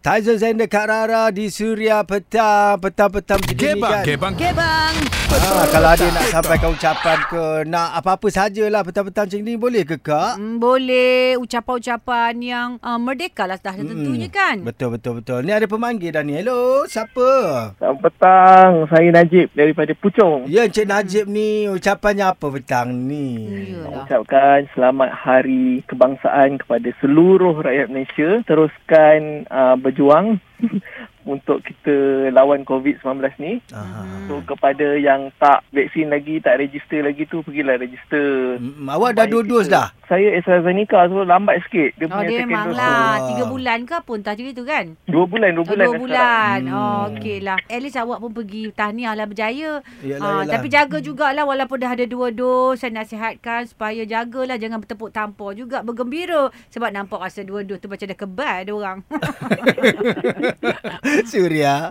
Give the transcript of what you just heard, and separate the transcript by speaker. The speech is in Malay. Speaker 1: Taizul Zain dekat Rara di Suria petang, petang-petang begini
Speaker 2: Gebang,
Speaker 1: kan.
Speaker 2: gebang.
Speaker 3: Okay bang
Speaker 1: Ah, kalau ada nak sampaikan ucapan ke nak apa-apa sajalah petang-petang macam ni boleh ke kak?
Speaker 3: hmm, Boleh ucapan-ucapan yang uh, merdeka lah dah tentunya kan
Speaker 1: Hmm, Betul betul betul. Ni ada pemanggil dah ni. Hello, siapa?
Speaker 4: Selamat petang. Saya Najib daripada Puchong.
Speaker 1: Ya Encik Najib ni ucapannya apa petang ni?
Speaker 4: Ya.
Speaker 3: Iyalah
Speaker 4: Ucapkan selamat hari kebangsaan kepada seluruh rakyat Malaysia. Teruskan uh, berjuang untuk kita lawan COVID-19 ni.
Speaker 1: Aha.
Speaker 4: So kepada yang tak vaksin lagi, tak register lagi tu, pergilah register.
Speaker 1: Mm, awak dah
Speaker 4: Baik
Speaker 1: dua dos
Speaker 4: kita.
Speaker 1: dah?
Speaker 4: Saya AstraZeneca so lambat sikit. Dia
Speaker 3: Oh
Speaker 4: punya
Speaker 3: dia
Speaker 4: second
Speaker 3: memang
Speaker 4: dose
Speaker 3: lah
Speaker 1: tu.
Speaker 3: Tiga bulan ke apa entah macam tu kan
Speaker 4: tu. Dua bulan, dua
Speaker 3: Oh, Dua
Speaker 4: bulan. dah
Speaker 3: bulan
Speaker 1: sekarang.
Speaker 3: Oh
Speaker 1: Hmm.
Speaker 3: okey lah At least awak pun pergi Tahniah lah berjaya
Speaker 1: Yalah,
Speaker 3: Ah,
Speaker 1: yalah.
Speaker 3: tapi jaga jugalah walaupun dah ada dua dos saya nasihatkan supaya jagalah jangan bertepuk tampar juga bergembira sebab nampak rasa dua dos tu macam dah kebal dia orang.
Speaker 1: Suria.